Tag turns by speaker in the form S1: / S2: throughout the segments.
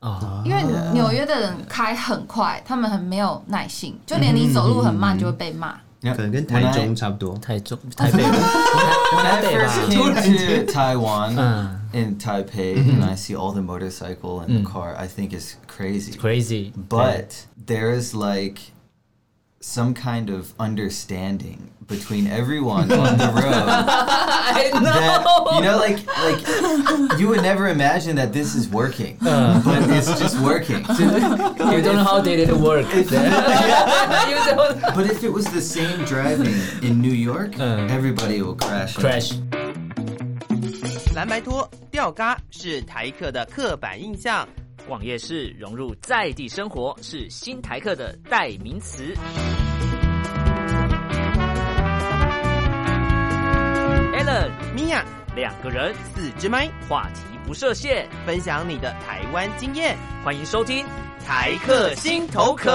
S1: 啊，
S2: 因为纽约的人开很快，他们很没有耐
S1: 嗯
S2: 心，就连你走路很慢就会被骂。
S1: 可能跟台中差不多。
S3: 台中、台 北、我台北吧。
S4: came to Taiwan
S3: Uh.
S4: in Taipei and I see all the motorcycle and the car, I think is Mm. crazy.
S3: Crazy，
S4: But there's like some kind of understanding between everyone on the road. that, you know, like like you would never imagine that this is working, but it's just working.
S3: you don't know how they did work. you don't
S4: But if it was the same driving in New York, everybody will Uh. crash.
S3: crash。
S5: 蓝白拖、吊嘎是台客的刻板印象。
S6: 逛夜市融入在地生活是新台客的代名词。Allen
S5: 米娅，
S6: 两个人，
S5: 四支麦，
S6: 话题不设限，
S5: 分享你的台湾经验，
S6: 欢迎收听
S5: 台客心头壳。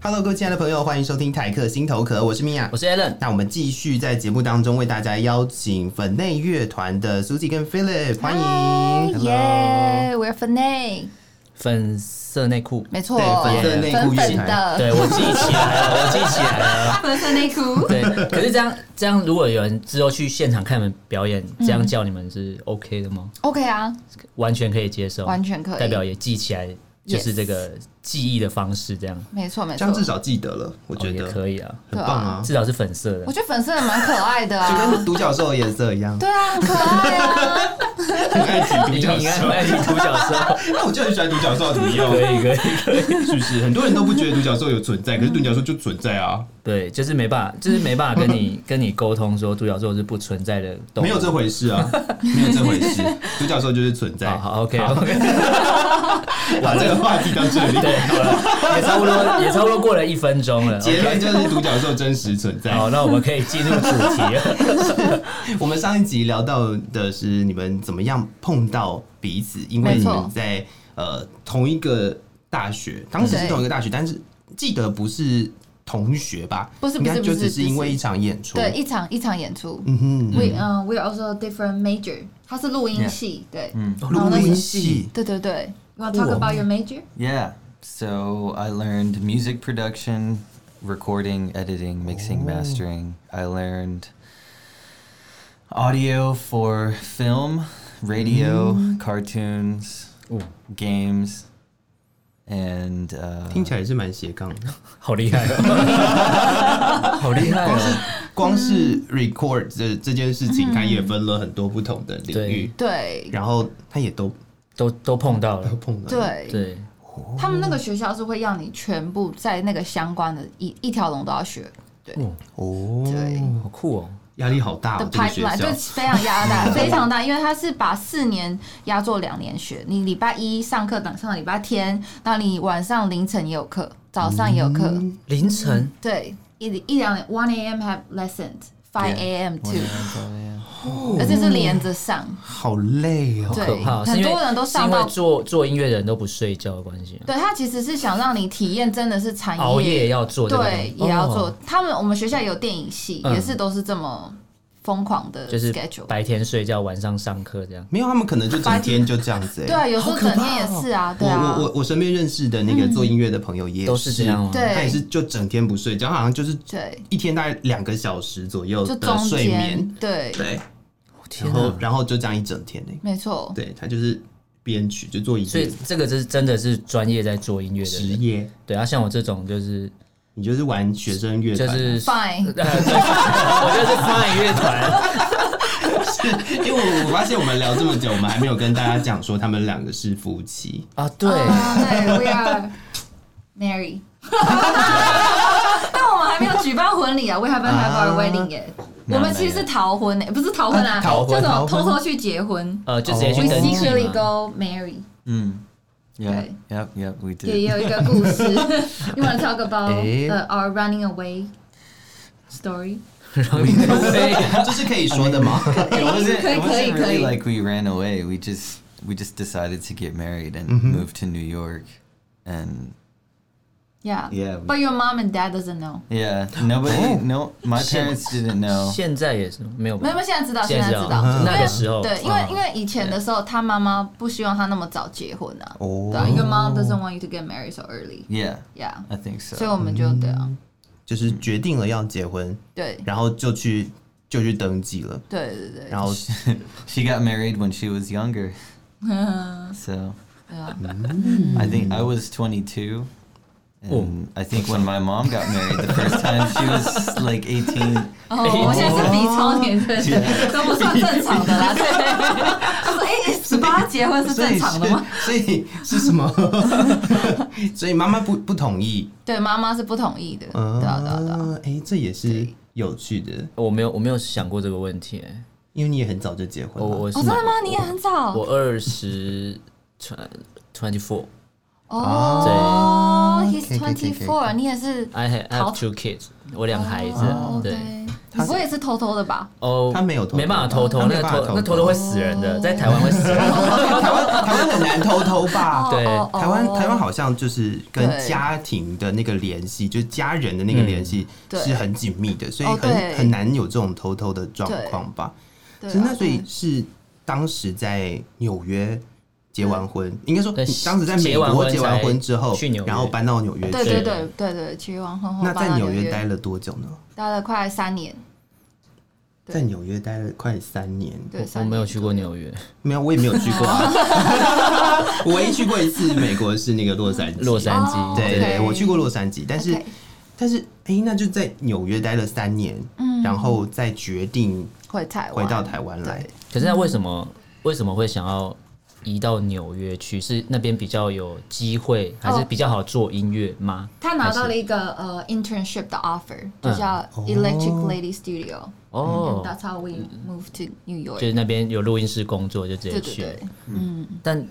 S1: Hello，各位亲爱的朋友，欢迎收听台客心头壳，我是米娅
S3: 我。是 Alan，
S1: 那我们继续在节目当中为大家邀请粉内乐团的 Susie 跟 Philip，欢迎。Hello
S2: 耶，We're f n a
S3: 粉色内裤。
S2: 没错，
S1: 对粉色内裤
S2: 粉粉
S1: 乐
S2: 的，
S3: 对，我记起来 了，我记起来了。
S2: 粉色内裤。
S3: 对，可是这样这样，如果有人之后去现场看你们表演，这样叫你们是 OK 的吗？
S2: OK 啊，
S3: 完全可以接受，
S2: 完全可以
S3: 代表也记起来，就是这个记忆的方式，这样
S2: 没错没
S1: 这
S2: 错
S1: 样，至少记得了，我
S3: 哦
S1: 觉
S3: 也
S1: 得、
S3: 可以啊，
S1: 很棒啊，
S3: 至少是粉色的
S2: 我。觉得粉色的蛮可爱的
S1: 就
S2: 啊。
S1: 跟独角兽的颜色一样，
S2: 对啊，很可爱啊，
S1: 很爱举
S3: 你应该很爱听独角兽，
S1: 那我就很喜欢独角兽，怎么样
S3: 可？以可以可以。
S1: 是不是？很多人都不觉得独角兽有存在，可是独角兽就存在啊，
S3: 对，就是没办法，就是没办法跟你跟你沟通说独角兽是不存在的动物。
S1: 没有这回事啊，没有这回事，独角兽就是存在。
S3: 好好 OK OK，
S1: 把这个话题到这里，
S3: 对，好了，也差不多也差不多过了一分钟了。
S1: 结
S3: OK 哦
S1: 论就是独角兽真实存在。
S3: 好，那我们可以进入主题了。
S1: 我们上一集聊到的是你们怎么样碰到彼此，因为
S2: 没
S1: 你
S2: 错
S1: 们在呃同一个大学，当时是
S2: 对
S1: 同一个大学，但是记得不是同学吧？
S2: 不是
S1: 应该
S2: 不是
S1: 就
S2: 不是
S1: 只是
S2: 不是
S1: 因为一场演出。
S2: 对，一场一场演出。
S1: 嗯哼，
S2: We 嗯，We are also different major，它是录音系，对，
S1: 嗯录音系
S2: 对对对。You want to talk about your major？
S4: Yeah. So I learned music production, recording, editing,
S1: Oh.
S4: mixing, mastering. I learned audio for film, radio,
S1: Mm.
S4: cartoons, games, and uh,
S1: 听起来是蛮斜杠的，
S3: 好厉害哦，好厉害
S1: 光
S3: 哦！
S1: 是光是 record 这这件事情，它也分了很多不同的领域，
S2: 对
S1: 然后它也都
S3: 都都碰到了
S1: 都，碰到。，
S2: 对，
S3: 对，哦
S2: 他们那个学校是会让你全部在那个相关的一一条龙都要学，对
S1: 哦，
S2: 对。
S3: 好酷哦！
S1: 压力好大
S2: 的
S1: 哦，这个学
S2: pipeline 就
S1: 校。
S2: 非常 压大，非常大，因为它是把四年压做两年学。你礼拜一上课，等上礼拜天，那你晚上凌晨也有课，早上也有课，
S3: 凌晨
S2: 对，一一两 one a.m. have lessons。5 a.m. too，而且是连着上，
S1: 好累哦，
S2: 对
S3: 可怕哦，是
S2: 很
S3: 因为
S2: 多人都上
S3: 是
S2: 到
S3: 因为做做音乐的人都不睡觉的关系啊，
S2: 对，它其实是想让你体验真的是产业，
S3: 熬夜也要做，不
S2: 对，也要做
S3: 哦。
S2: 他们我们学校有电影系，
S3: 嗯
S2: 也是都是这么疯狂的
S3: 就是
S2: schedule，
S3: 白天睡觉，晚上上课这样。
S1: 没有，他们可能就整天就这样子、欸。
S2: 对啊，有时候整天也是啊，对啊，
S1: 哦我我我我身边认识的那个做音乐的朋友也
S3: 都是这样吗
S2: 对
S1: 他也是就整天不睡觉，好像就是
S2: 对，
S1: 一天大概两个小时左右
S2: 就
S1: 的
S2: 中
S1: 睡
S2: 间
S1: 眠，，
S2: 对，
S1: 对，
S3: 天
S1: 然
S3: 哪
S1: 后然后就这样一整天呢、欸
S2: 没错，
S1: 对他就是编曲就做一
S3: 所以
S1: 乐
S3: 这个就是真的是专业在做音乐的
S1: 职
S3: 人，
S1: 业，
S3: 对啊，像我这种就是
S1: 你就是玩学生乐
S3: 就
S1: 团，啊
S3: 是，
S2: fine，啊
S3: 对我就是 fine 乐团，
S1: 因为我我发现我们聊这么久，我们还没有跟大家讲说他们两个是夫妻，
S3: 啊，对，
S2: 啊对，we are married，但我们还没有举办婚礼啊，we haven't have our wedding yet。我们其实是逃婚诶、不是逃婚啊，
S1: 啊逃婚
S2: 叫什么
S1: 逃婚
S2: 偷偷去结婚。
S3: 呃，就直接
S2: We
S3: 去登记
S2: secretly
S3: 嘛。
S2: go marry，
S4: Mm. Yeah.
S2: Okay.
S4: Yep. Yep. We did.
S2: 也有一个故 事。you want to talk about、
S1: 诶
S2: uh, our running away story？
S1: 这是可以说的吗？
S4: It wasn't,
S2: Clay,
S4: it wasn't
S2: Clay,
S4: really
S2: Clay.
S4: like we ran away. We just we just decided to get married and move to New York, and
S2: Yeah.
S4: Yeah.
S2: But your mom and dad doesn't know.
S4: Yeah, nobody.
S1: Oh.
S4: No, my
S3: Shit.
S4: parents didn't know.
S3: 现在也是没有吧
S2: 没有，没有现在知道，
S3: 现在
S2: 在
S3: 知
S2: 知
S3: 道嗯
S2: 因为
S3: 那个时候
S2: 对，因为
S3: 嗯
S2: 因为以前的时候，他妈妈不希望他那么早结婚啊。
S1: 哦
S2: 对啊，Your mom doesn't want you to get married so early.
S4: Yeah,
S2: Yeah.
S4: I think so.
S2: 所以我们就对啊，
S1: 就是决定了要结婚，
S2: 对
S1: 然后就去就去登记了，
S2: 对对对，
S1: 然后
S4: she got married when she was younger. so
S2: Yeah.
S4: I think I was 22. And I think when my mom got married the first time, she was like 18.
S2: 哦，我现在是比超年对对，都不算正常的啦。对，他说：“哎，十八结婚是
S1: 所
S2: 正
S1: 以是
S2: 常的吗
S1: 所以是什么？ 所以妈妈不不同意。？”
S2: 对，妈妈是不同意的。对
S1: 嗯，
S2: 啊，对啊，对啊。
S1: 哎，这也是有趣的，
S3: 我没有我没有想过这个问题、欸。
S1: 因为你也很早就结
S3: 我
S1: 婚了。
S3: 我是
S2: 哦，真的吗？你也很早
S3: 我二十 twenty four。
S2: 哦。
S1: 可
S2: He's
S1: 以可以可以可以
S2: twenty four，你也是
S3: I have, I
S2: 逃
S3: have two kids，我两个孩子。啊
S2: 哦
S3: 对，
S2: 你不会也是偷偷的吧？
S3: 哦，
S1: 他没有偷偷
S3: 没办法偷偷，
S1: 他没
S3: 那个
S1: 办法
S3: 偷
S1: 偷
S3: 那
S1: 偷
S3: 偷偷会死人
S2: 哦
S3: 的，在台湾会死 人。
S1: 台湾台湾很难偷偷吧？
S3: 对
S2: 哦
S1: 台湾台湾，好像就是跟
S2: 对
S1: 家庭的那个联系，就是家人的那个联系
S2: 嗯对
S1: 是很紧密的，所以
S2: 哦
S1: 很
S2: 对
S1: 很难有这种偷偷的状况吧。
S2: 对啊
S1: 是那所以是当时在纽约结完婚，
S2: 嗯
S1: 应该说
S3: 对
S1: 你当时在美国结
S3: 结完
S1: 完
S3: 婚
S1: 婚之后
S3: 才去纽，约
S1: 然后搬到纽约
S2: 对
S1: 去。
S2: 对对对对，去完婚后
S1: 那
S2: 搬到
S1: 在纽约
S2: 约
S1: 待了多久呢？
S2: 待了快三年，对
S1: 在纽约待了快三年，
S2: 对，
S3: 我
S2: 三
S3: 没有
S2: 年
S3: 去过纽约，
S1: 没有，我也没有去过啊。 我唯一去过一次美国是那个洛杉矶，
S3: 洛杉
S2: 哦
S3: 矶。
S1: 对对
S2: OK
S1: 对，我去过洛杉矶，但是
S2: OK
S1: 但是哎、那就在纽约待了三年，
S2: 嗯
S1: 然后再决定
S2: 回台湾，
S1: 回到台湾来
S2: 对。
S3: 可是那为什么为什么会想要移到纽约去？是那边比较有机会，还是比较好做音乐吗？
S2: 他拿
S3: 还
S2: 到了
S3: 是
S2: 一个呃 internship 的 offer，就叫 Electric Lady Studio。
S3: 哦，
S2: That's how we moved to New
S3: 就是
S2: York。
S3: 那边有录音室工作，就直接
S2: 对对
S3: 去。
S2: 对，
S3: 但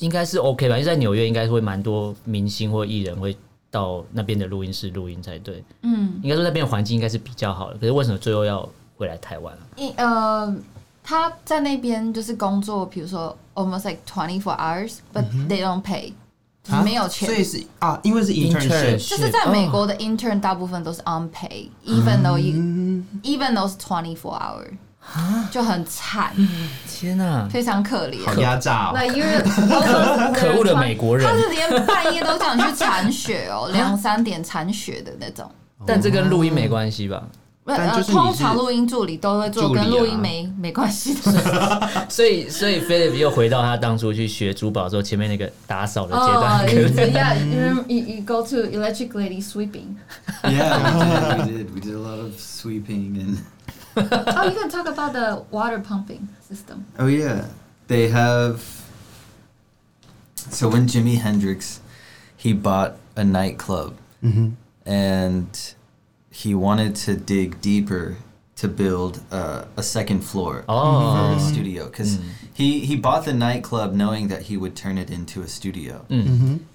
S3: 应该是 OK 吧？因为在纽约应该会蛮多明星或艺人会到那边的录音室录音才对。嗯，应该说那边的环境应该是比较好的，可是为什么最后要回来台湾啊？
S2: 一呃，他在那边就是工作，比如说 almost like twenty four hours，but they don't pay，就是没有钱
S1: 所。以是啊，因为是 internship，
S3: Internship
S2: 就是在美
S3: 哦
S2: 国的 intern 大部分都是 unpaid，even though you even though 是 twenty four hour，就很惨，
S3: 天哪、
S2: 非常可怜。
S1: 好压榨、哦。
S2: Like you're also-
S3: 可恶的美国人
S2: 他是连半夜都叫你去铲雪哦，两三点铲雪的那种。
S3: 但这跟录音没关系吧？
S2: 不
S1: 但就是你是
S2: 通常录音助理都会做
S1: 助理啊
S2: 跟录音没没关系的事。
S3: 所以，所以 Philip 又回到他当初去学珠宝之后前面那个打扫的阶段，
S2: 哦
S3: 可能
S2: yeah,
S1: 嗯
S2: you you you go to electric lady sweeping.
S4: Yeah, we did, we did. We did a lot of sweeping and.
S2: Oh, you can talk about the water pumping system.
S4: Oh yeah, they have. So when Jimi Hendrix, he bought a nightclub, and he wanted to dig deeper to build uh, a second floor
S3: Oh.
S4: for a studio because he he bought the nightclub knowing that he would turn it into a studio,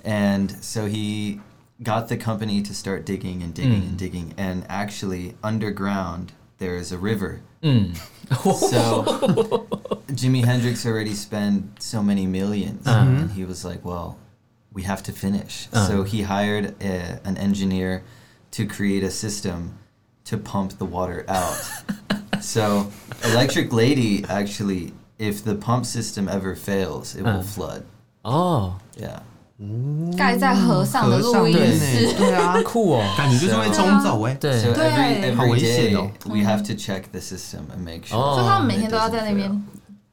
S4: and so he got the company to start digging and digging and digging, and actually underground there is a river. So Jimi Hendrix already spent so many 1000000s and he was like, "Well, we have to finish." So he hired a, an engineer to create a system to pump the water out. so Electric Lady actually, if the pump system ever fails, it will flood.
S3: 哦，
S4: Yeah.
S2: 盖在河上的录音
S1: 嗯对
S2: 室，
S1: 对啊，
S3: 酷哦，
S1: 感觉就是会冲走哎、
S3: 对啊
S4: So every
S2: Right.
S1: How
S4: every
S1: is it
S4: day
S1: though?
S4: we have to check the system and make sure.
S3: Oh.
S2: 所以他们每
S4: that it
S2: 天
S1: 哦
S2: 都要
S4: doesn't
S2: 在那
S4: fail.
S2: 边，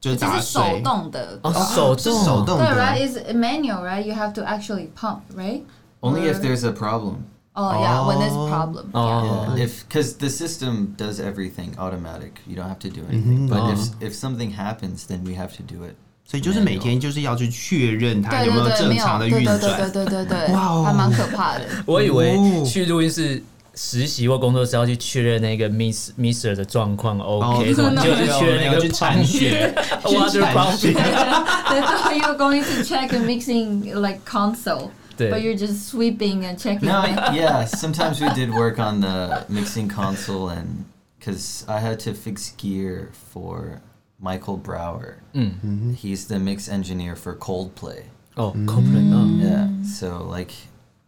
S1: 就是
S2: 这
S1: 打
S2: 是手
S1: 水，
S2: 动的。
S3: 哦，手
S1: 是
S3: 动
S1: 手动
S2: 对，right
S1: 的。
S2: is manual, right? You have to actually pump, right?
S4: Only if
S2: Or-
S4: there's a problem.
S2: Oh yeah, when there's
S1: 哦
S2: a problem. yeah.
S3: 哦，
S4: Yeah, if because the system does everything automatic, you don't have to do anything. But if if something happens, then we have to do it.
S1: 所以就是每天就是要去确认它
S2: 对
S1: 有没
S2: 对
S1: 有
S2: 对，
S1: 正
S2: 没有，
S1: 常的
S2: 对
S1: 运
S2: 对对
S1: 转。
S2: 对对对对，
S1: 哇哦
S2: 还蛮可怕的。
S3: 我以为
S1: 哦
S3: 去录音室实习或工作是要去确认那个 miss misser 的状况，OK，
S1: 哦
S3: 什么就去确认那个
S1: 去 铲雪
S3: water
S1: 去铲
S3: pump，
S1: 雪
S2: That's how you're going to check a mixing like console,
S3: Yeah.
S2: but you're just sweeping and checking.
S4: No,
S2: it.
S4: yeah. Sometimes we did work on the mixing console, and because I had to fix gear for Michael Brower.
S3: Mm-hmm. 嗯
S4: He's the mix engineer for Coldplay.
S3: 哦，空人啊，
S4: Yeah. So like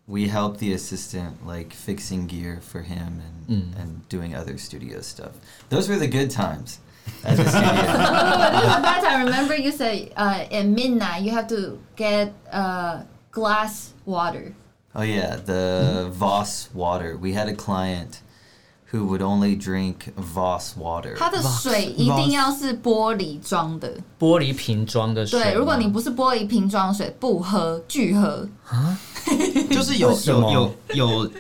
S4: we help the assistant like fixing gear for him and and doing other studio stuff. Those were the good times at the studio.
S2: But I remember you said uh, at midnight you have to get uh, glass water.
S4: oh yeah, the Voss water. We had a client who would only drink Voss water.
S2: 它的水一定要是玻璃装的。
S3: 玻璃瓶装的水吗。
S2: 对，如果你不是玻璃瓶装水，不喝拒喝。
S1: 就是有
S3: 什
S1: 有
S3: 么
S1: 有有，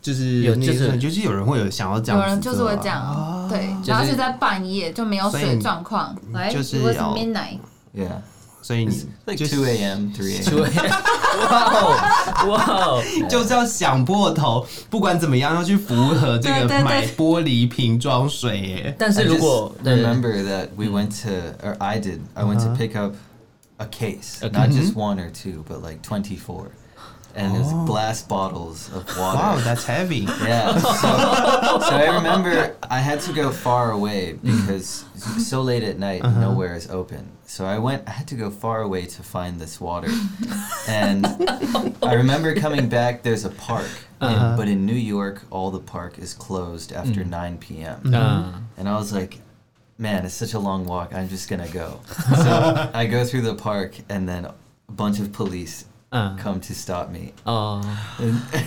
S1: 就是
S3: 有
S1: 那
S3: 就是
S1: 个就是有人会有想要这样
S2: 有
S1: 子做啊，啊
S2: 人就是会这样，对，
S3: 是
S2: 然后是在半夜就没有
S1: 所以
S2: 水
S1: 你
S2: 状况，哦来，
S1: 就是
S2: it was
S1: 要
S2: midnight，
S4: Yeah.
S1: 所以 你
S4: Like
S1: 就是
S4: 2 a.m., 3 a.m.
S3: 对，哇哦哇哦，
S1: 就是要想破头，不管怎么样要去符合这
S2: 对对
S1: 个
S2: 对
S1: 买玻璃瓶装水耶。
S3: 但是
S4: I
S3: 如果
S4: just
S3: 对
S4: remember that we went to, or I did, I went to pick up a case,
S3: Okay.
S4: not just one or two, but like 24. And it was glass bottles of
S1: Wow,
S4: water.
S1: that's heavy.
S4: Yeah. So, so I remember I had to go far away because it's so late at night, nowhere is open. So I went, I had to go far away to find this water. And I remember coming back, there's a park. and- but in New York, all the park is closed after 9 p.m.
S3: 嗯，
S4: And I was like, man, it's such a long walk. I'm just going to go. so I go through the park, and then a bunch of police
S3: Uh.
S4: come to stop me,
S3: 哦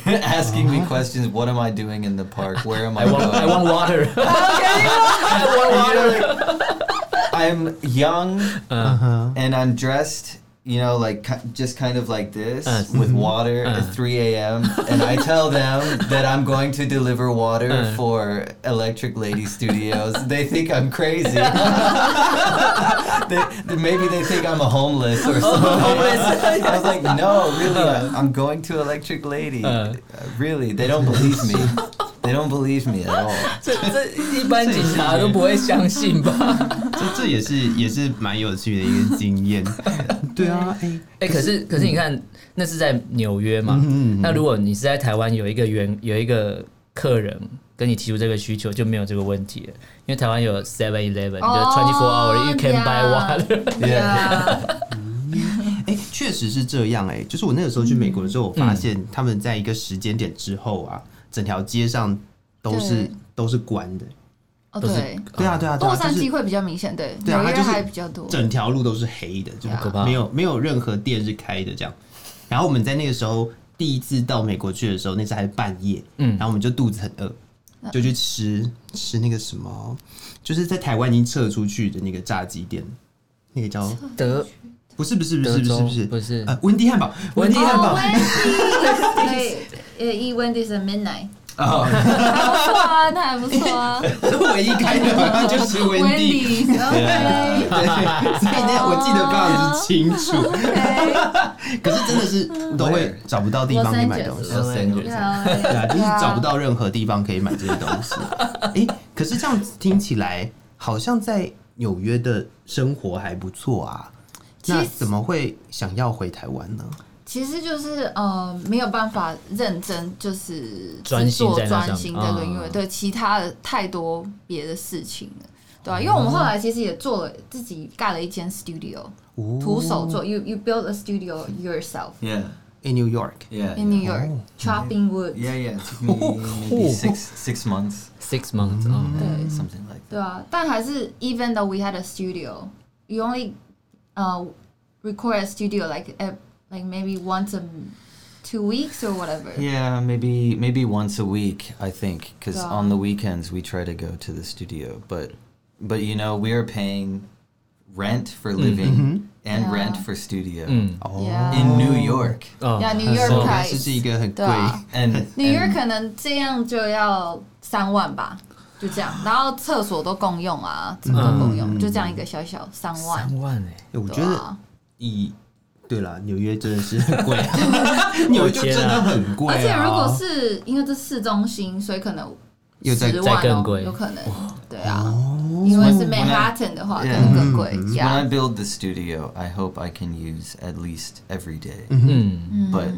S4: and asking me questions. What am I doing in the park? Where am I
S3: ，I want I
S4: going?
S3: want water，I want water，
S4: I'm young, and I'm dressed. You know, like ki- just kind of like this
S3: Uh.
S4: with water at 3 a.m. and I tell them that I'm going to deliver water
S3: Uh.
S4: for Electric Lady Studios. They think I'm crazy. they, they- maybe they think I'm a homeless or something. I was like, no, really, I- I'm going to Electric Lady.
S3: Uh.
S4: really, they don't believe me. They don't believe me at all.
S3: 这这一般警察都不会相信吧？
S1: 这这也是也是蛮有趣的一个经 验。对啊，哎、
S3: 哎、可是可是你看，那是在纽约嘛？那如果你是在台湾有一个员有一个客人跟你提出这个需求，就没有这个问题了，因为台湾有 Seven Eleven，就是 twenty four hour you can buy water。
S2: Yeah，
S1: 哎，确、实是这样哎、就是我那个时候去美国的时候，我发现他们在一个时间点之后啊，整条街上都是
S2: 对
S1: 都是关的。
S2: 哦
S3: 都是
S2: 对，
S1: 对啊，对啊，对
S2: 洛
S1: 啊，
S2: 杉
S1: 就
S2: 矶
S1: 是
S2: 会比较明显，对，
S1: 对啊
S2: 纽约
S1: 它就是
S2: 还比较多。
S1: 整条路都是黑的，就是
S3: 好可怕
S1: 没有没有任何店是开的这样。然后我们在那个时候第一次到美国去的时候，那次还是半夜，嗯，然后我们就肚子很饿，就去吃吃那个什么，就是在台湾已经撤出去的那个炸鸡店，那个叫
S3: 德
S1: 不是不是不是
S3: 德
S1: 不是
S3: 州
S1: 不是
S3: 不是
S1: 呃温蒂汉堡，
S3: 温
S1: 温蒂
S3: 蒂
S1: 汉
S2: 哦
S1: 堡，
S2: ，Wendy's，对，呃，eat Wendy's at midnight，
S1: 哦，
S2: 还不错啊，那还不错 啊
S1: 唯一开的晚 上就是温蒂。
S2: ，Wendy's，OK，
S1: 对，所以那我记得非常之清楚， 可是真的是都会找不到地方可以买东西，
S4: Los Angeles.
S1: 对啊，
S2: 对
S1: 就是找不。到任何地方可以买这些东 西。诶，可是这样子听起来，好像在纽约的生活还不错啊。
S2: 其实
S1: 那怎么会想要回台湾呢？
S2: 其实就是呃没有办法认真，就是
S3: 专心
S2: 做
S3: 在那上
S2: 专心这
S3: 面
S2: 个，
S3: 嗯
S2: 因为对其他的太多别的事情了，对啊，因为我们后来其实也做了自己盖了一间 studio，徒手做，you you build a studio yourself
S4: Yeah,
S1: In New York，
S4: yeah.
S2: in New York, chopping wood，
S4: Yeah, yeah. It took me maybe six six months,
S3: six months，嗯，
S2: Mm.
S4: something like that.
S2: 对啊，但还是 even though we had a studio, you only 呃 record a studio like e- like maybe once a two weeks or whatever，
S4: Yeah, maybe maybe once a week, I think, because
S2: Yeah.
S4: on the weekends we try to go to the studio. But but you know we are paying rent for living and rent for studio
S2: Mm.
S4: in New York.
S2: Yeah,
S3: 哦，
S2: New York
S1: 哦，
S2: price
S1: 这是一个很
S2: 对。
S1: 贵
S2: 啊
S4: And,
S2: Oh. New York
S4: and
S2: 可能这样就要三万吧，就这样。然后厕所都共用啊，什么都共用，就这样一个小小三万。
S3: 三万哎、
S1: 诶我觉
S2: 对
S1: 得
S2: 啊，
S1: 以对啦，纽约真的是很贵，啊
S2: 啊
S1: 纽约就真的很贵啊。
S2: 而且如果是因为这市中心，所以可能
S1: 又在
S2: 十
S3: 再
S2: 万
S3: 更
S2: 哦，
S3: 贵
S2: 有可能。对啊，因为是 Manhattan 的话，可
S4: Yeah
S2: 能更贵。
S4: when I
S2: Yeah，
S4: build the studio, I hope I can use at least every day.
S3: 嗯，
S4: But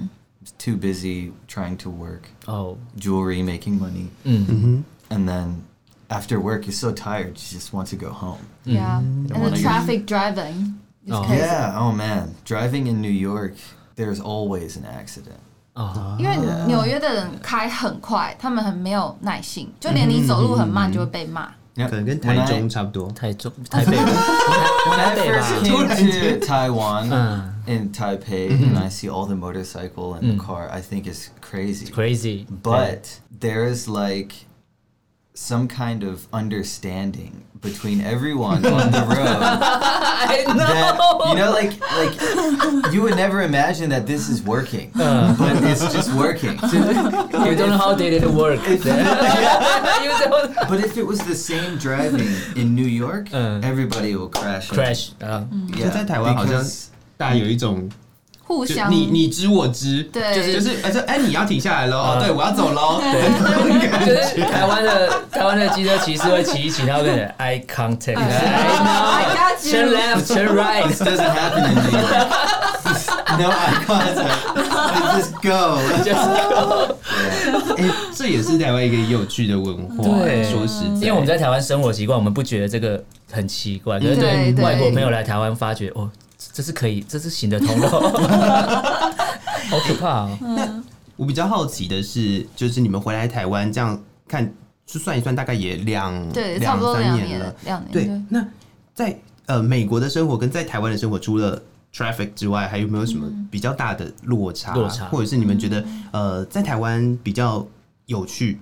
S4: it's too busy trying to work,
S3: 哦，
S4: jewelry, making money,
S3: 嗯，
S4: and then after work you're so tired you just want to go home.
S2: yeah. 啊 And the
S4: 嗯
S2: traffic driving is
S3: 哦
S2: crazy.
S4: oh Yeah. Oh man, driving in New York, there's always an accident.
S3: 啊，
S2: 因为纽约的人开很快，他们很没有耐性，就连你走路很慢就会被骂。
S4: Yeah.
S1: 可能跟
S4: When
S1: 台
S4: I-
S1: 中差不多。
S3: 太重太背了，
S4: when
S3: 台
S4: I
S3: 北
S4: first
S3: 吧。
S4: came to Taiwan
S3: Uh.
S4: in Taipei, and I see all the motorcycle and the car, I think Mm. it's crazy.
S3: Crazy，
S4: But there is like some kind of understanding between everyone on the road
S3: I
S4: that
S3: know，
S4: you know, like like you would never imagine that this is working,
S3: Uh.
S4: but it's just working.
S3: you don't know how they did work，you don't
S4: But if it was the same driving in New York,
S3: Uh.
S4: everybody will crash.
S3: crash 啊，
S4: Yeah,
S1: 在台湾好像
S4: because-
S1: 大家有一种
S2: 互
S1: 就
S2: 相
S1: 你你知我知，
S2: 对啊
S1: 就是就是哎说哎你要停下来喽，哦对我要走喽， 啊
S3: 就是台湾的台湾的机车骑士会骑一骑，他会跟你 eye
S2: I
S3: contact，I
S2: got
S3: know，turn
S2: you
S3: left turn
S2: 哎
S3: right，
S4: This doesn't happen in New York. no eye contact. Let's Just go.
S1: 哎这也是台湾一个有趣的文化。
S3: 对
S1: 说实在，
S3: 因为我们在台湾生活习惯，我们不觉得这个很奇怪，可是对
S2: 对对
S3: 外国朋友来台湾发觉，哦，这是可以，这是行得通的，好可怕哦！
S1: 我比较好奇的是，就是你们回来台湾这样看，就算一算，大概也两
S2: 对，差不多
S1: 三
S2: 两
S1: 年
S2: 了
S1: 了。，
S2: 两年
S1: 对，那在呃美国的生活跟在台湾的生活，除了 traffic 之外，还有没有什么
S2: 嗯
S1: 比较大的落差？
S3: 落差
S1: 或者是你们觉得呃在台湾比较有趣？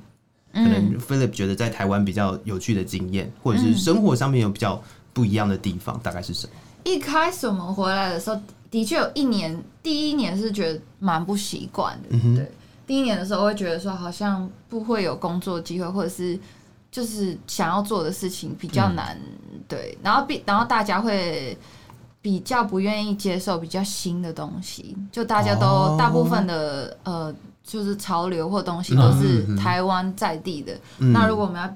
S1: 可
S2: 嗯
S1: 能 Philip 觉得在台湾比较有趣的经验，或者是生活上面有比较不一样的地方，大概是什么？
S2: 一开始我们回来的时候，的确有一年，第一年是觉得蛮不习惯的，对。第一年的时候会觉得说，好像不会有工作机会，或者是就是想要做的事情比较难，
S1: 嗯
S2: 对。然后比，然后大家会比较不愿意接受比较新的东西，就大家都、
S1: 哦
S2: 大部分的呃，就是潮流或东
S1: 嗯
S2: 西都是台湾在地的。那如果我们要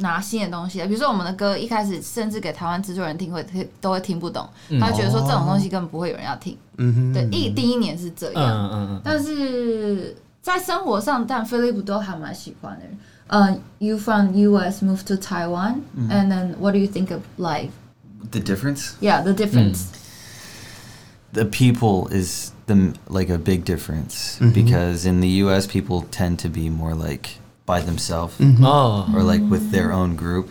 S2: 拿新的东西，比如说我们的歌一开始甚至给台湾制作人听会听都会听不懂，他会觉得说这种东西根本不会有人要听。
S1: 嗯哼，
S2: 对，一第一年是这样，
S3: 嗯嗯嗯，
S2: 但是在生活上，但菲利普都还蛮喜欢的。嗯、y o u from US moved to Taiwan,
S4: 嗯
S2: and then what do you think of life?
S4: The difference?
S2: Yeah, the difference.
S4: The people is the like a big difference because in the U.S. people tend to be more like by themselves
S3: Mm-hmm. 哦
S4: or like with their own group,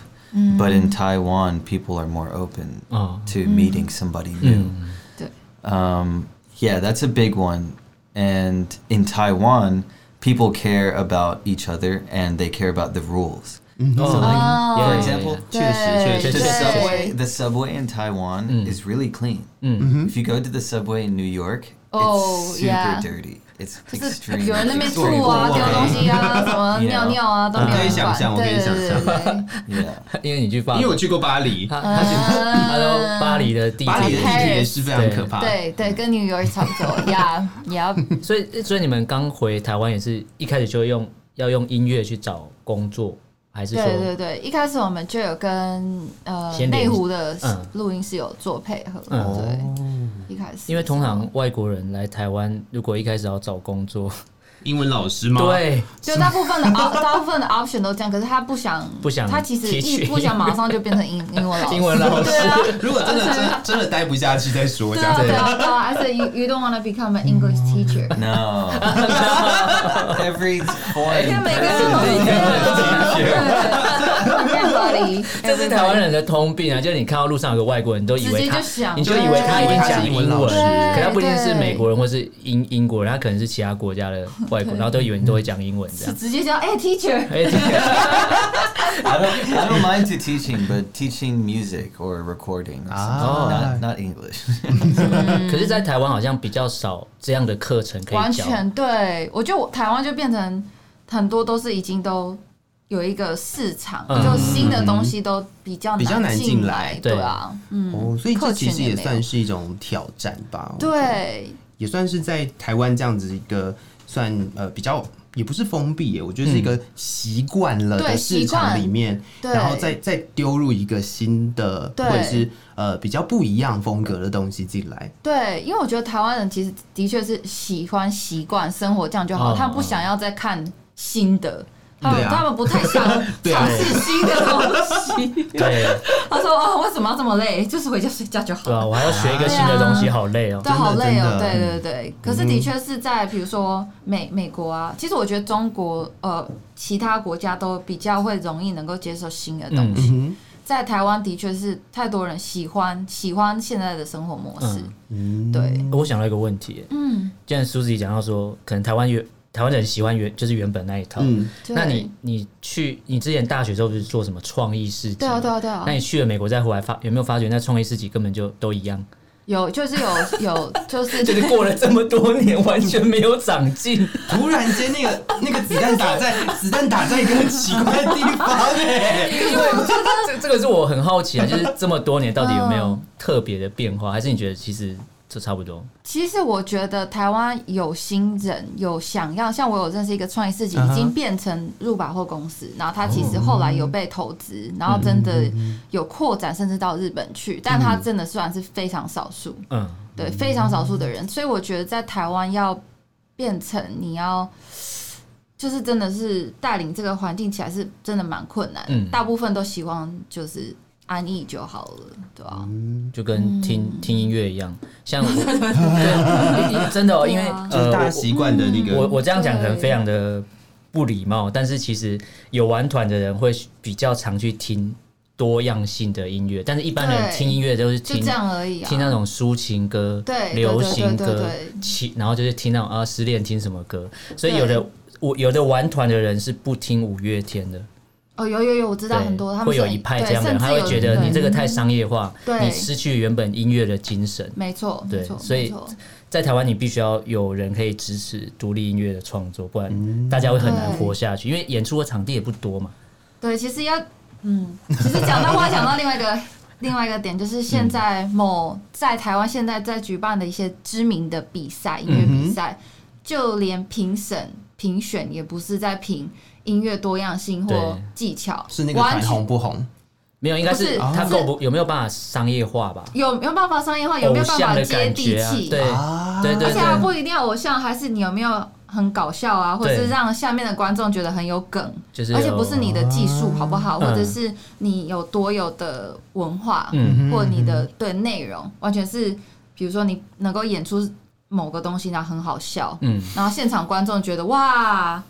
S4: but in Taiwan people are more open
S3: 哦，
S4: to meeting somebody new.
S3: 嗯
S2: 对，
S4: Um, yeah, that's a big one. And in Taiwan, people care about each other and they care about the rules.
S3: 哦
S4: ，for
S3: yeah,
S4: example,
S3: yeah, yeah.
S2: 对
S1: 确实确
S4: The
S1: 实，
S4: subway,
S2: 对
S4: the subway in Taiwan
S1: Mm.
S4: is really clean. If you go to the subway in New York,
S2: Mm-hmm. Oh,
S4: it's super
S2: yeah.
S4: dirty. It's
S2: 就是
S4: extreme.
S2: 有人在那边吐
S4: extreme
S2: 啊、
S1: 对
S2: 丢东 西啊、什么
S4: Yeah
S2: 尿尿啊，都没有
S1: 我可以
S2: 人
S1: 想象
S2: 管。
S1: 我可
S2: 对
S1: 以
S2: 对
S1: 想
S2: 对
S1: 象
S2: 对对。
S4: Yeah.
S3: 因为你去巴
S1: 因
S3: 黎
S1: 为，我去过巴黎，
S3: 他他去他说巴黎的地
S1: 巴黎
S3: 铁
S1: 的地
S2: 啊
S1: 铁是非常可怕的。
S2: 对对，跟 New York 差不多呀呀，
S3: 所以，所以你们刚回台湾也是一开始就用要用音乐去找工作，还是
S2: 对对
S3: 说
S2: 对，一开始我们就有跟呃
S3: 先联
S2: 内
S3: 系
S2: 湖的
S3: 嗯
S2: 录音室有做配合，
S3: 嗯
S4: 哦
S2: 对，一开始
S3: 因为通常外国人来台湾，如果一开始要找工作，
S1: 英文老师 吗？，
S3: 对，
S2: 就大 部分的 op- 大部分的 option 都这样，可是他不想
S3: 不想
S2: 他其实
S3: 提取
S2: 一不想马上就变成英英文老 师，
S3: 英文老师
S2: 对啊
S1: 如果真的真真的待不下去再说这
S2: 对
S1: 样
S2: 啊
S1: 子。
S2: 对啊对啊，I said you you don't wanna become an English
S3: Mm.
S2: teacher，
S4: No. Every foreign
S2: 看每个
S4: person
S2: 人都
S4: they
S2: 是这
S4: can have a teacher.
S2: 样，
S3: 这是台湾人的通病啊！就是你看到路上有个外国人，你都以为他
S2: 直接就，想
S3: 你就以为他已经讲英文，
S1: 对
S3: 可他不一定是美国人或是英英国人，他可能是其他国家的外国人，然后都以为你都会讲英文这样。
S2: 直接叫哎 teacher，
S3: 哎，
S4: I don't, I don't mind to teaching, but teaching music or recording, or
S1: Ah.
S4: something, not, not English.
S3: 可是，在台湾好像比较少这样的课程可
S2: 嗯完
S3: 以教。
S2: 全对我觉得我台湾就变成很多都是已经都有一个市场，
S3: 嗯
S2: 就新的东西都比较
S1: 比较难进
S2: 进
S1: 来
S2: 对啊，嗯，
S1: 哦，所以这其实也
S2: 客群也没有
S1: 算是一种挑战吧。我觉得，
S2: 对，
S1: 也算是在台湾这样子一个算呃比较。也不是封闭耶，我觉得
S3: 嗯
S1: 是一个习惯了的
S2: 对
S1: 市场里面，
S2: 对
S1: 然后再再丢入一个新的或
S2: 对
S1: 者是呃比较不一样风格的东西进来。
S2: 对，因为我觉得台湾人其实的确是喜欢习惯生活这样就好，
S3: 嗯
S2: 他不想要再看新的。他们
S1: 哦对啊
S2: 他们不太 想
S1: 对啊
S2: 尝试新的东西。
S3: 对
S2: 他说：“哦，为什么要这么累？就是回家睡觉就好
S3: 对啊，
S1: 哦
S2: 了。
S3: 我还要学一个新的东西，好累哦。
S2: 对，好累哦，
S1: 真的嗯
S2: 对对
S1: 真
S2: 对。可是的确是在比如说美美国啊，其实我觉得中国呃其他国家都比较会容易能够接受新的东西，
S1: 嗯
S2: 在台湾的确是太多人喜欢喜欢现在的生活模式，
S1: 哼，
S2: 对，
S3: 我想到一个问题，
S2: 嗯，
S3: 既然 Susie 讲到说，可能台湾原台湾人喜欢原就是原本那一套，
S1: 嗯
S2: 对
S3: 那你你去你之前大学时候不是做什么创意市集？
S2: 对啊对啊对啊
S3: 那，你去了美国再回来发有没有发觉那创意市集根本就都一 样？
S2: 有就是有有就 是
S3: 就是过了这么多年，完全没有长 进。
S1: 突然间那个那个子弹打在子弹打在一个很奇怪的地方 哎、
S3: 因为这这个是我很好奇啊，就是这么多年到底有没
S2: 嗯
S3: 有特别的变化，还是你觉得其实就差不多？
S2: 其实我觉得台湾有新人有想要，像我有认识一个创业市集，已
S3: 嗯
S2: 经变成入百货公司，然后他其
S3: 哦
S2: 实后来有被投资，然后真
S3: 嗯
S2: 的有扩展，甚至到日本去，但他真的算是非常少数，
S3: 嗯，
S2: 对，非常少数的人，所以我觉得在台湾要变成你要。就是真的是带领这个环境起来是真的蛮困难的，
S3: 嗯
S2: 大部分都希望就是安逸就好了，对吧、
S3: 就
S2: 嗯
S3: 跟听、听音乐一样，像 我对真的哦，
S2: 对
S3: 因
S2: 啊
S3: 为
S1: 就是
S3: 呃
S1: 大家
S3: 我
S1: 习惯的
S2: 嗯
S1: 那
S3: 我
S1: 个，
S3: 我这样讲
S2: 对
S3: 可能非常的不礼貌，但是其实有玩团的人会比较常去听多样性的音乐，但是一般人
S2: 对
S3: 听音乐都是
S2: 就
S3: 听
S2: 这样而已啊。
S3: 听那种抒情歌、
S2: 对
S3: 流行
S2: 对对
S3: 歌
S2: 对对，
S3: 其然后就是听那种啊失恋听什么歌，所以有的
S2: 对
S3: 我有的玩团的人是不听五月天的，
S2: 哦，有有有，我知道
S3: 对，
S2: 很多，他们
S3: 会有
S2: 甚
S3: 一派
S2: 对
S3: 这样的人，
S2: 甚
S3: 他
S2: 至
S3: 会
S2: 有
S3: 觉得
S2: 对
S3: 你这个太商业化，
S2: 对
S3: 你失去原本音乐的精神。
S2: 没错，
S3: 对
S2: 没错，
S3: 所以
S2: 没错
S3: 在台湾，你必须要有人可以支持独立音乐的创作，不然大家会很难活下去，因为演出的场地也不多嘛。
S2: 对，其实要 嗯，其实讲到话，讲到另外一个另外一个点，就是
S3: 嗯
S2: 现在某在台湾现在在举办的一些知名的比赛，音乐
S3: 嗯
S2: 比赛，就连评审评选也不是在评音乐多样性或
S3: 对
S2: 技巧，
S1: 是那个
S2: 完
S1: 团
S2: 全
S1: 红不红？
S3: 没有，应该
S2: 不
S3: 是
S2: 是
S3: 他够
S2: 是
S3: 不有没有办法商业化吧？
S2: 有没有办法商业哎化，有
S3: 偶
S2: 没有办
S3: 像
S2: 法
S3: 的
S2: 接
S3: 感
S2: 地
S3: 觉啊，
S2: 气？
S3: 对
S1: 啊
S3: 对对
S2: 而且还不
S3: 对，
S2: 一定要偶像，还是你有没有很搞笑啊，或者
S3: 对
S2: 是让下面的观众觉得很有梗，
S3: 就是
S2: 而且不是你的技术好不好，
S3: 嗯
S2: 或者是你有多有的文化，
S3: 嗯
S2: 或你的对内容，完全是比如说你能够演出某个东西，然后很好笑，
S3: 嗯，
S2: 然后现场观众觉得哇，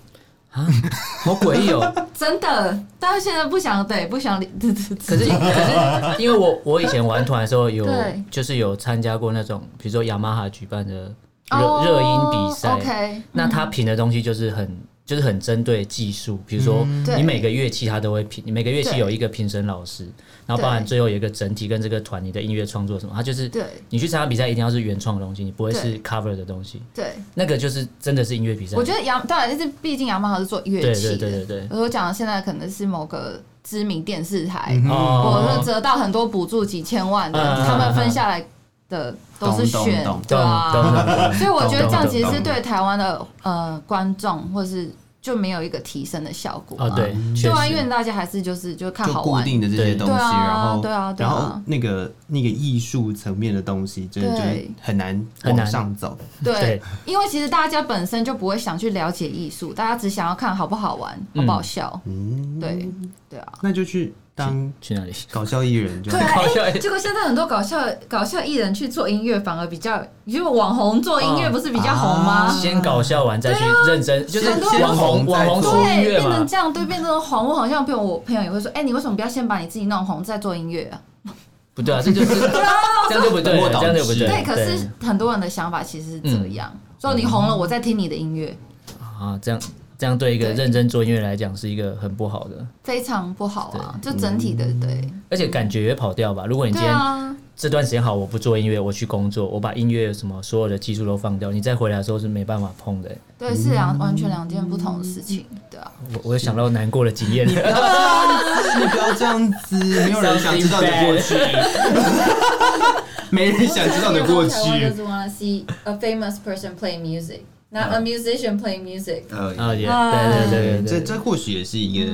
S3: 好诡 异哦。
S2: 真的，但是现在不想对，不想理，可
S3: 可是可是，因为我我以前玩团的时候有
S2: 对，
S3: 就是有参加过那种，比如说雅马哈举办的热
S2: 哦
S3: 热音比赛，
S2: ，OK，
S3: 那他评的东西就是很就是很针对技术，比如说
S2: 对
S3: 你每个乐器他都会评，你每个乐器
S2: 对
S3: 有一个评审老师，然后包含
S2: 对
S3: 最后有一个整体跟这个团你的音乐创作什么，他就是
S2: 对
S3: 你去参加比赛一定要是原创的东西，你不会是
S2: 对
S3: cover 的东西，
S2: 对。
S3: 那个就是真的是音乐比赛。
S2: 我觉得杨当然，但是毕竟杨妈好是做乐
S3: 对
S2: 器
S3: 对
S2: 的。
S3: 对对对，
S2: 我讲的现在可能是某个知名电视
S1: 嗯
S2: 台，
S3: 哦
S2: 我是得到很多补助几千万的，
S3: 嗯
S2: 他们分下来的都是
S1: 懂
S2: 选
S1: 懂懂
S3: 懂
S2: 对
S3: 懂
S2: 啊，
S3: 懂懂
S2: 所以我觉得这样
S3: 懂懂
S2: 其实
S3: 懂
S2: 是对台湾的呃观众或是就没有一个提升的效果
S3: 哦
S2: 嘛
S3: 对，
S1: 嗯
S3: 确
S2: 对啊，
S3: 实
S2: 因为大家还是就是就看
S1: 就
S2: 好
S1: 固
S2: 玩，
S1: 定的这些东西，
S2: 对啊
S1: 然后
S2: 对啊对
S1: 然
S2: 啊
S1: 后那个那个艺术层面的东西，真的就是
S2: 对
S1: 很难
S3: 很难
S1: 往上走。
S2: 对
S3: 对，
S2: 因为其实大家本身就不会想去了解艺术，大家只想要看好不好玩、好不好笑，
S1: 嗯，
S2: 对对啊。
S1: 那就去当
S3: 去哪里？
S1: 搞笑艺人就好
S2: 对啊，
S3: 搞笑
S2: 哎结果现在很多搞笑搞笑艺人去做音乐，反而比较，因为网红做音乐
S3: 嗯
S2: 不是比较红吗？
S3: 先搞笑完再去认真，就是
S2: 啊很多人
S3: 网红
S1: 都
S3: 网红出音
S2: 对，
S3: 乐
S2: 变成
S3: 嘛。
S2: 这样，对，变成红。我好像朋友，我朋友也会说，哎、你为什么不要先把你自己弄红，再做音乐啊？
S3: 不对啊，这 就是这样就不对
S1: 本末
S3: 了，
S1: 倒
S3: 这样
S1: 置
S3: 就不对了。嗯
S2: 对，可是很多人的想法其实是这样，说你红了，我再听你的音乐，
S3: 啊，这样这样对一个
S2: 对
S3: 认真做音乐来讲是一个很不好的，
S2: 非常不好啊。就整体的，
S3: 嗯
S2: 对，
S3: 而且感觉也跑掉吧。如果你今
S2: 对
S3: 天
S2: 啊，
S3: 这段时间好，我不做音乐，我去工作，我把音乐什么所有的技术都放掉，你再回来的时候是没办法碰的欸。
S2: 对，是两完全两件不同的事情，对啊。
S3: 我我有想到难过的经验，
S1: 你 不要这样子，没有人想知道你 的过去，没人想知道你的过去。
S2: 是 wanna see a famous person play music, not a musician play music.
S3: 啊也
S2: 哎
S3: 对对对
S1: 嗯
S3: 嗯
S1: 这
S3: 对对，
S1: 这或许也是一个，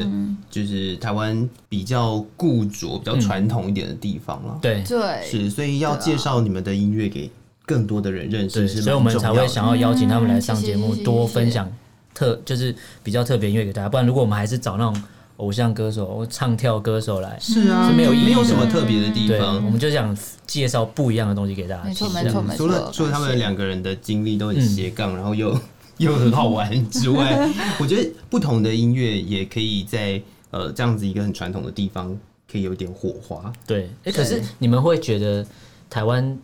S1: 就是台湾比较固着、比较传统一点的地方了。
S3: 对
S2: 对，
S1: 是，所以要介绍你们的音乐给更多的人认识
S3: 对，
S1: 是蛮
S3: 所以我们才
S1: 重要
S3: 会
S1: 的
S3: 想要邀请他们来上节目，
S2: 嗯谢谢
S3: 多分享特就是比较特别音乐给大家，不然如果我们还是找那种偶像歌手、唱跳歌手来，
S1: 是啊，
S3: 是没有意义的
S1: 没有什么特别的地
S3: 对，
S1: 方
S3: 我。们就想介绍不一样的东西给大家
S2: 嗯没
S3: 听。
S2: 错没
S3: 这
S2: 错
S3: 样
S2: 没错。
S1: 嗯除了除了他们两个人的经历都很斜
S3: 嗯
S1: 杠，然后又 又很好玩 之外，我觉得不同的音乐也可以在呃这样子一个很传统的地方，可以有点火花。
S3: 对，哎、可是你们会觉得台湾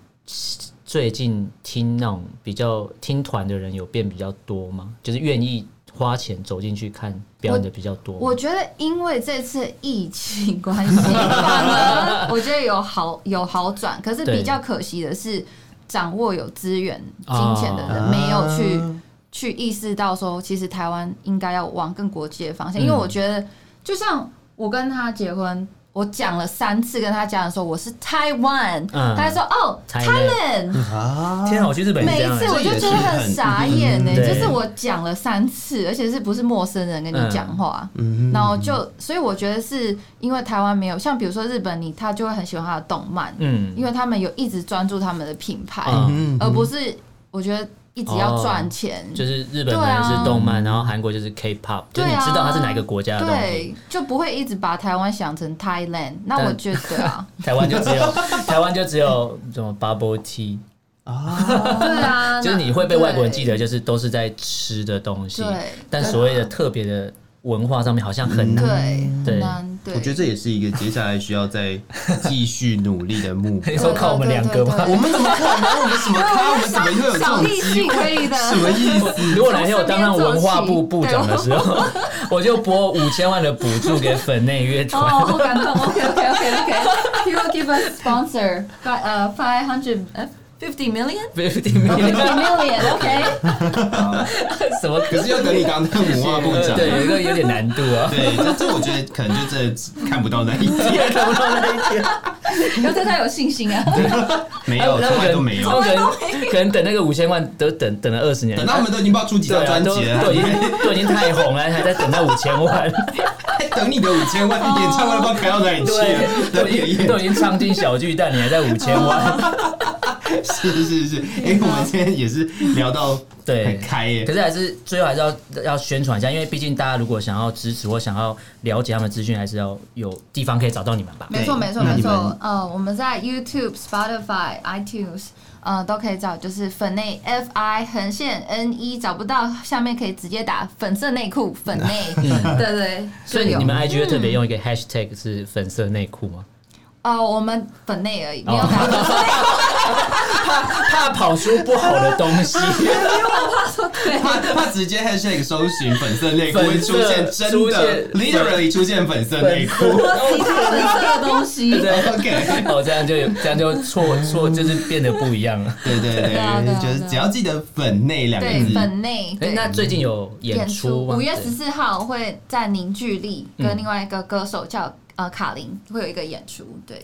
S3: 最近听那种比较听团的人有变比较多吗？就是愿意花钱走进去看表演的比较多吗
S2: 我觉得因为这次疫情关系，反而我觉得有好有好转，可是
S3: 对
S2: 比较可惜的是，掌握有资源金钱的人
S1: 啊
S2: 没有去、去意识到说，其实台湾应该要往更国际的方向，因为我觉得就像我跟他结婚。我讲了三次跟他家人说我是台湾，
S3: 嗯
S2: 他还说哦
S3: Thailand
S2: Thailand，
S3: 天啊，我去日本也
S2: 每
S3: 这
S2: 一
S3: 样、
S2: 次
S3: 欸，
S2: 我就觉得很傻眼呢、
S3: 嗯对
S2: 就是我讲了三次，而且是不是陌生人跟
S3: 嗯
S2: 你讲话，然后就所以我觉得是因为台湾没有像比如说日本，你他就会很喜欢他的动漫，
S3: 嗯
S2: 因为他们有一直专注他们的品牌，
S3: 嗯哦
S2: 而不是我觉得一直要赚钱，
S3: 就是日本可能是动漫，然后韩国就是 K-pop，、就
S2: 啊对
S3: 是
S2: 啊
S3: 你知道它是哪一个国家的东西。
S2: 对，就不会一直把台湾想成 Thailand。那我觉 得啊，
S3: 台湾就只有台湾就只有什么 bubble tea，
S2: 对啊，
S3: 就是
S2: 那
S3: 你会被外国人记得，
S2: 对
S3: 就是都是在吃的东西
S2: 对，嗯
S3: 但所谓的特别的文化上面好像很难。
S2: 对
S3: 嗯对
S2: 很难对，
S1: 我觉得这也是一个接下来需要再继续努力的目 标
S3: 你。说靠我们两个吗？
S2: 对对对对
S1: 我们怎么可能？我们什么咖？我们怎么会有这
S2: 小
S1: 种
S2: 力
S1: 机
S2: 气
S1: 会？
S2: 可以的，
S1: 什么意 思？
S3: 如果哪天我当上文化部部长的时 候，我就拨五千万的补助给粉内乐团。
S2: 哦，好感动。OK OK OK OK. He will give us sponsor five 呃 five hundred 呃 fifty million
S3: fifty
S2: fifty
S3: million
S2: million OK.
S3: 什么？
S1: 可是要等你当上文化部长，
S3: 对，有一个有点难度啊。
S1: 对，这这我觉得可能就真的看不到那一天，
S3: 看不到那一天，
S2: 要对他有信心啊。
S1: 没有，从来都没有。
S3: 可能可能等那个五千万都等等了二十年
S1: 等，到他们都已经不知道出几
S3: 对
S1: 张
S3: 啊，
S1: 专
S3: 都
S1: 辑了，
S3: 都已经都已经太红了，还在等到五千 万，
S1: 等你的五千万，演唱会都不知道开到哪里去了，
S3: 都
S1: 等你的
S3: 已经
S1: 演
S3: 都已经唱进小巨蛋，你还在五千 万，
S1: 是是是，哎、我们今天也是聊到
S3: 对，
S1: 很开耶、
S3: 可是还是最后还是要要宣传一下，因为毕竟大家如果想要支持或想要了解他们的资讯，还是要有地方可以找到你们吧。
S2: 没错
S1: 对
S2: 没错
S1: 那
S2: 没
S1: 你们
S2: 错，呃，我们在 YouTube、Spotify、iTunes 呃都可以找，就是粉内 F I 横线 N 一找不到，下面可以直接打粉色内裤粉内， 对对，
S3: 所以
S2: 就有嗯
S3: 你们 IG 会特别用一个 hashtag 是粉色内裤吗？
S2: 呃我们粉内而已，没有打粉色内裤，
S3: 怕跑出不好的东西，
S1: 他他直接 hashtag 搜寻粉色内裤会出现
S3: 粉色
S1: 真
S3: 出
S1: 的
S3: 现
S1: literally 出现粉色内裤
S2: 其他粉色的东西。
S3: 对不对？
S1: ，OK。
S3: 哦，这样就有这样就错错，就是变得不一样 了。
S1: 对对
S2: 对啊对
S1: 对，
S2: 啊
S1: 就是只要记得“粉内”两个
S2: 对
S1: 字，
S2: 粉内，
S3: 哎、
S2: 对。
S3: 那最近有演出吗？
S2: 五月十
S3: 对
S2: 四号会在凝聚力跟
S3: 嗯
S2: 另外一个歌手叫呃卡琳会有一个演出，对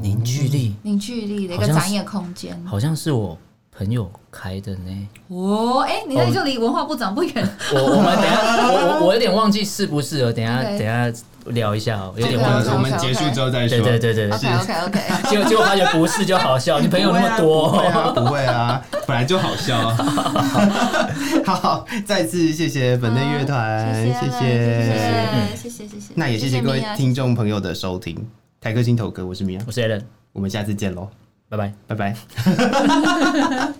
S3: 凝聚力
S2: 凝聚力的一
S3: 好
S2: 个
S3: 像是
S2: 展演空间。
S3: 好像是我朋友开的呢。
S2: 哦，哎，你那里就离文化部长不远，
S3: 我我们等一下，我我我有点忘记适不适合，等一下等
S2: OK
S3: 一下聊一下哦，有
S1: 这
S3: 点
S1: 个
S3: 忘
S1: 我
S3: 记
S2: 啊
S1: 们。我们结束之后再说。
S3: 对对对对对，
S2: OK OK OK，
S3: 结果结果发觉不是就好笑，你朋友那么多、哦
S1: 不会啊，不会啊，本来就好笑。 好，再次谢谢粉内乐团，
S2: 谢
S1: 哎谢。
S2: 谢谢谢谢谢谢，
S1: 那也谢谢各位
S2: 米娅
S1: 听众朋友的收听，台客心头哥，我是米娅，
S3: 我是 Allen，
S1: 我们下次见喽，
S3: 拜拜。
S1: 拜拜。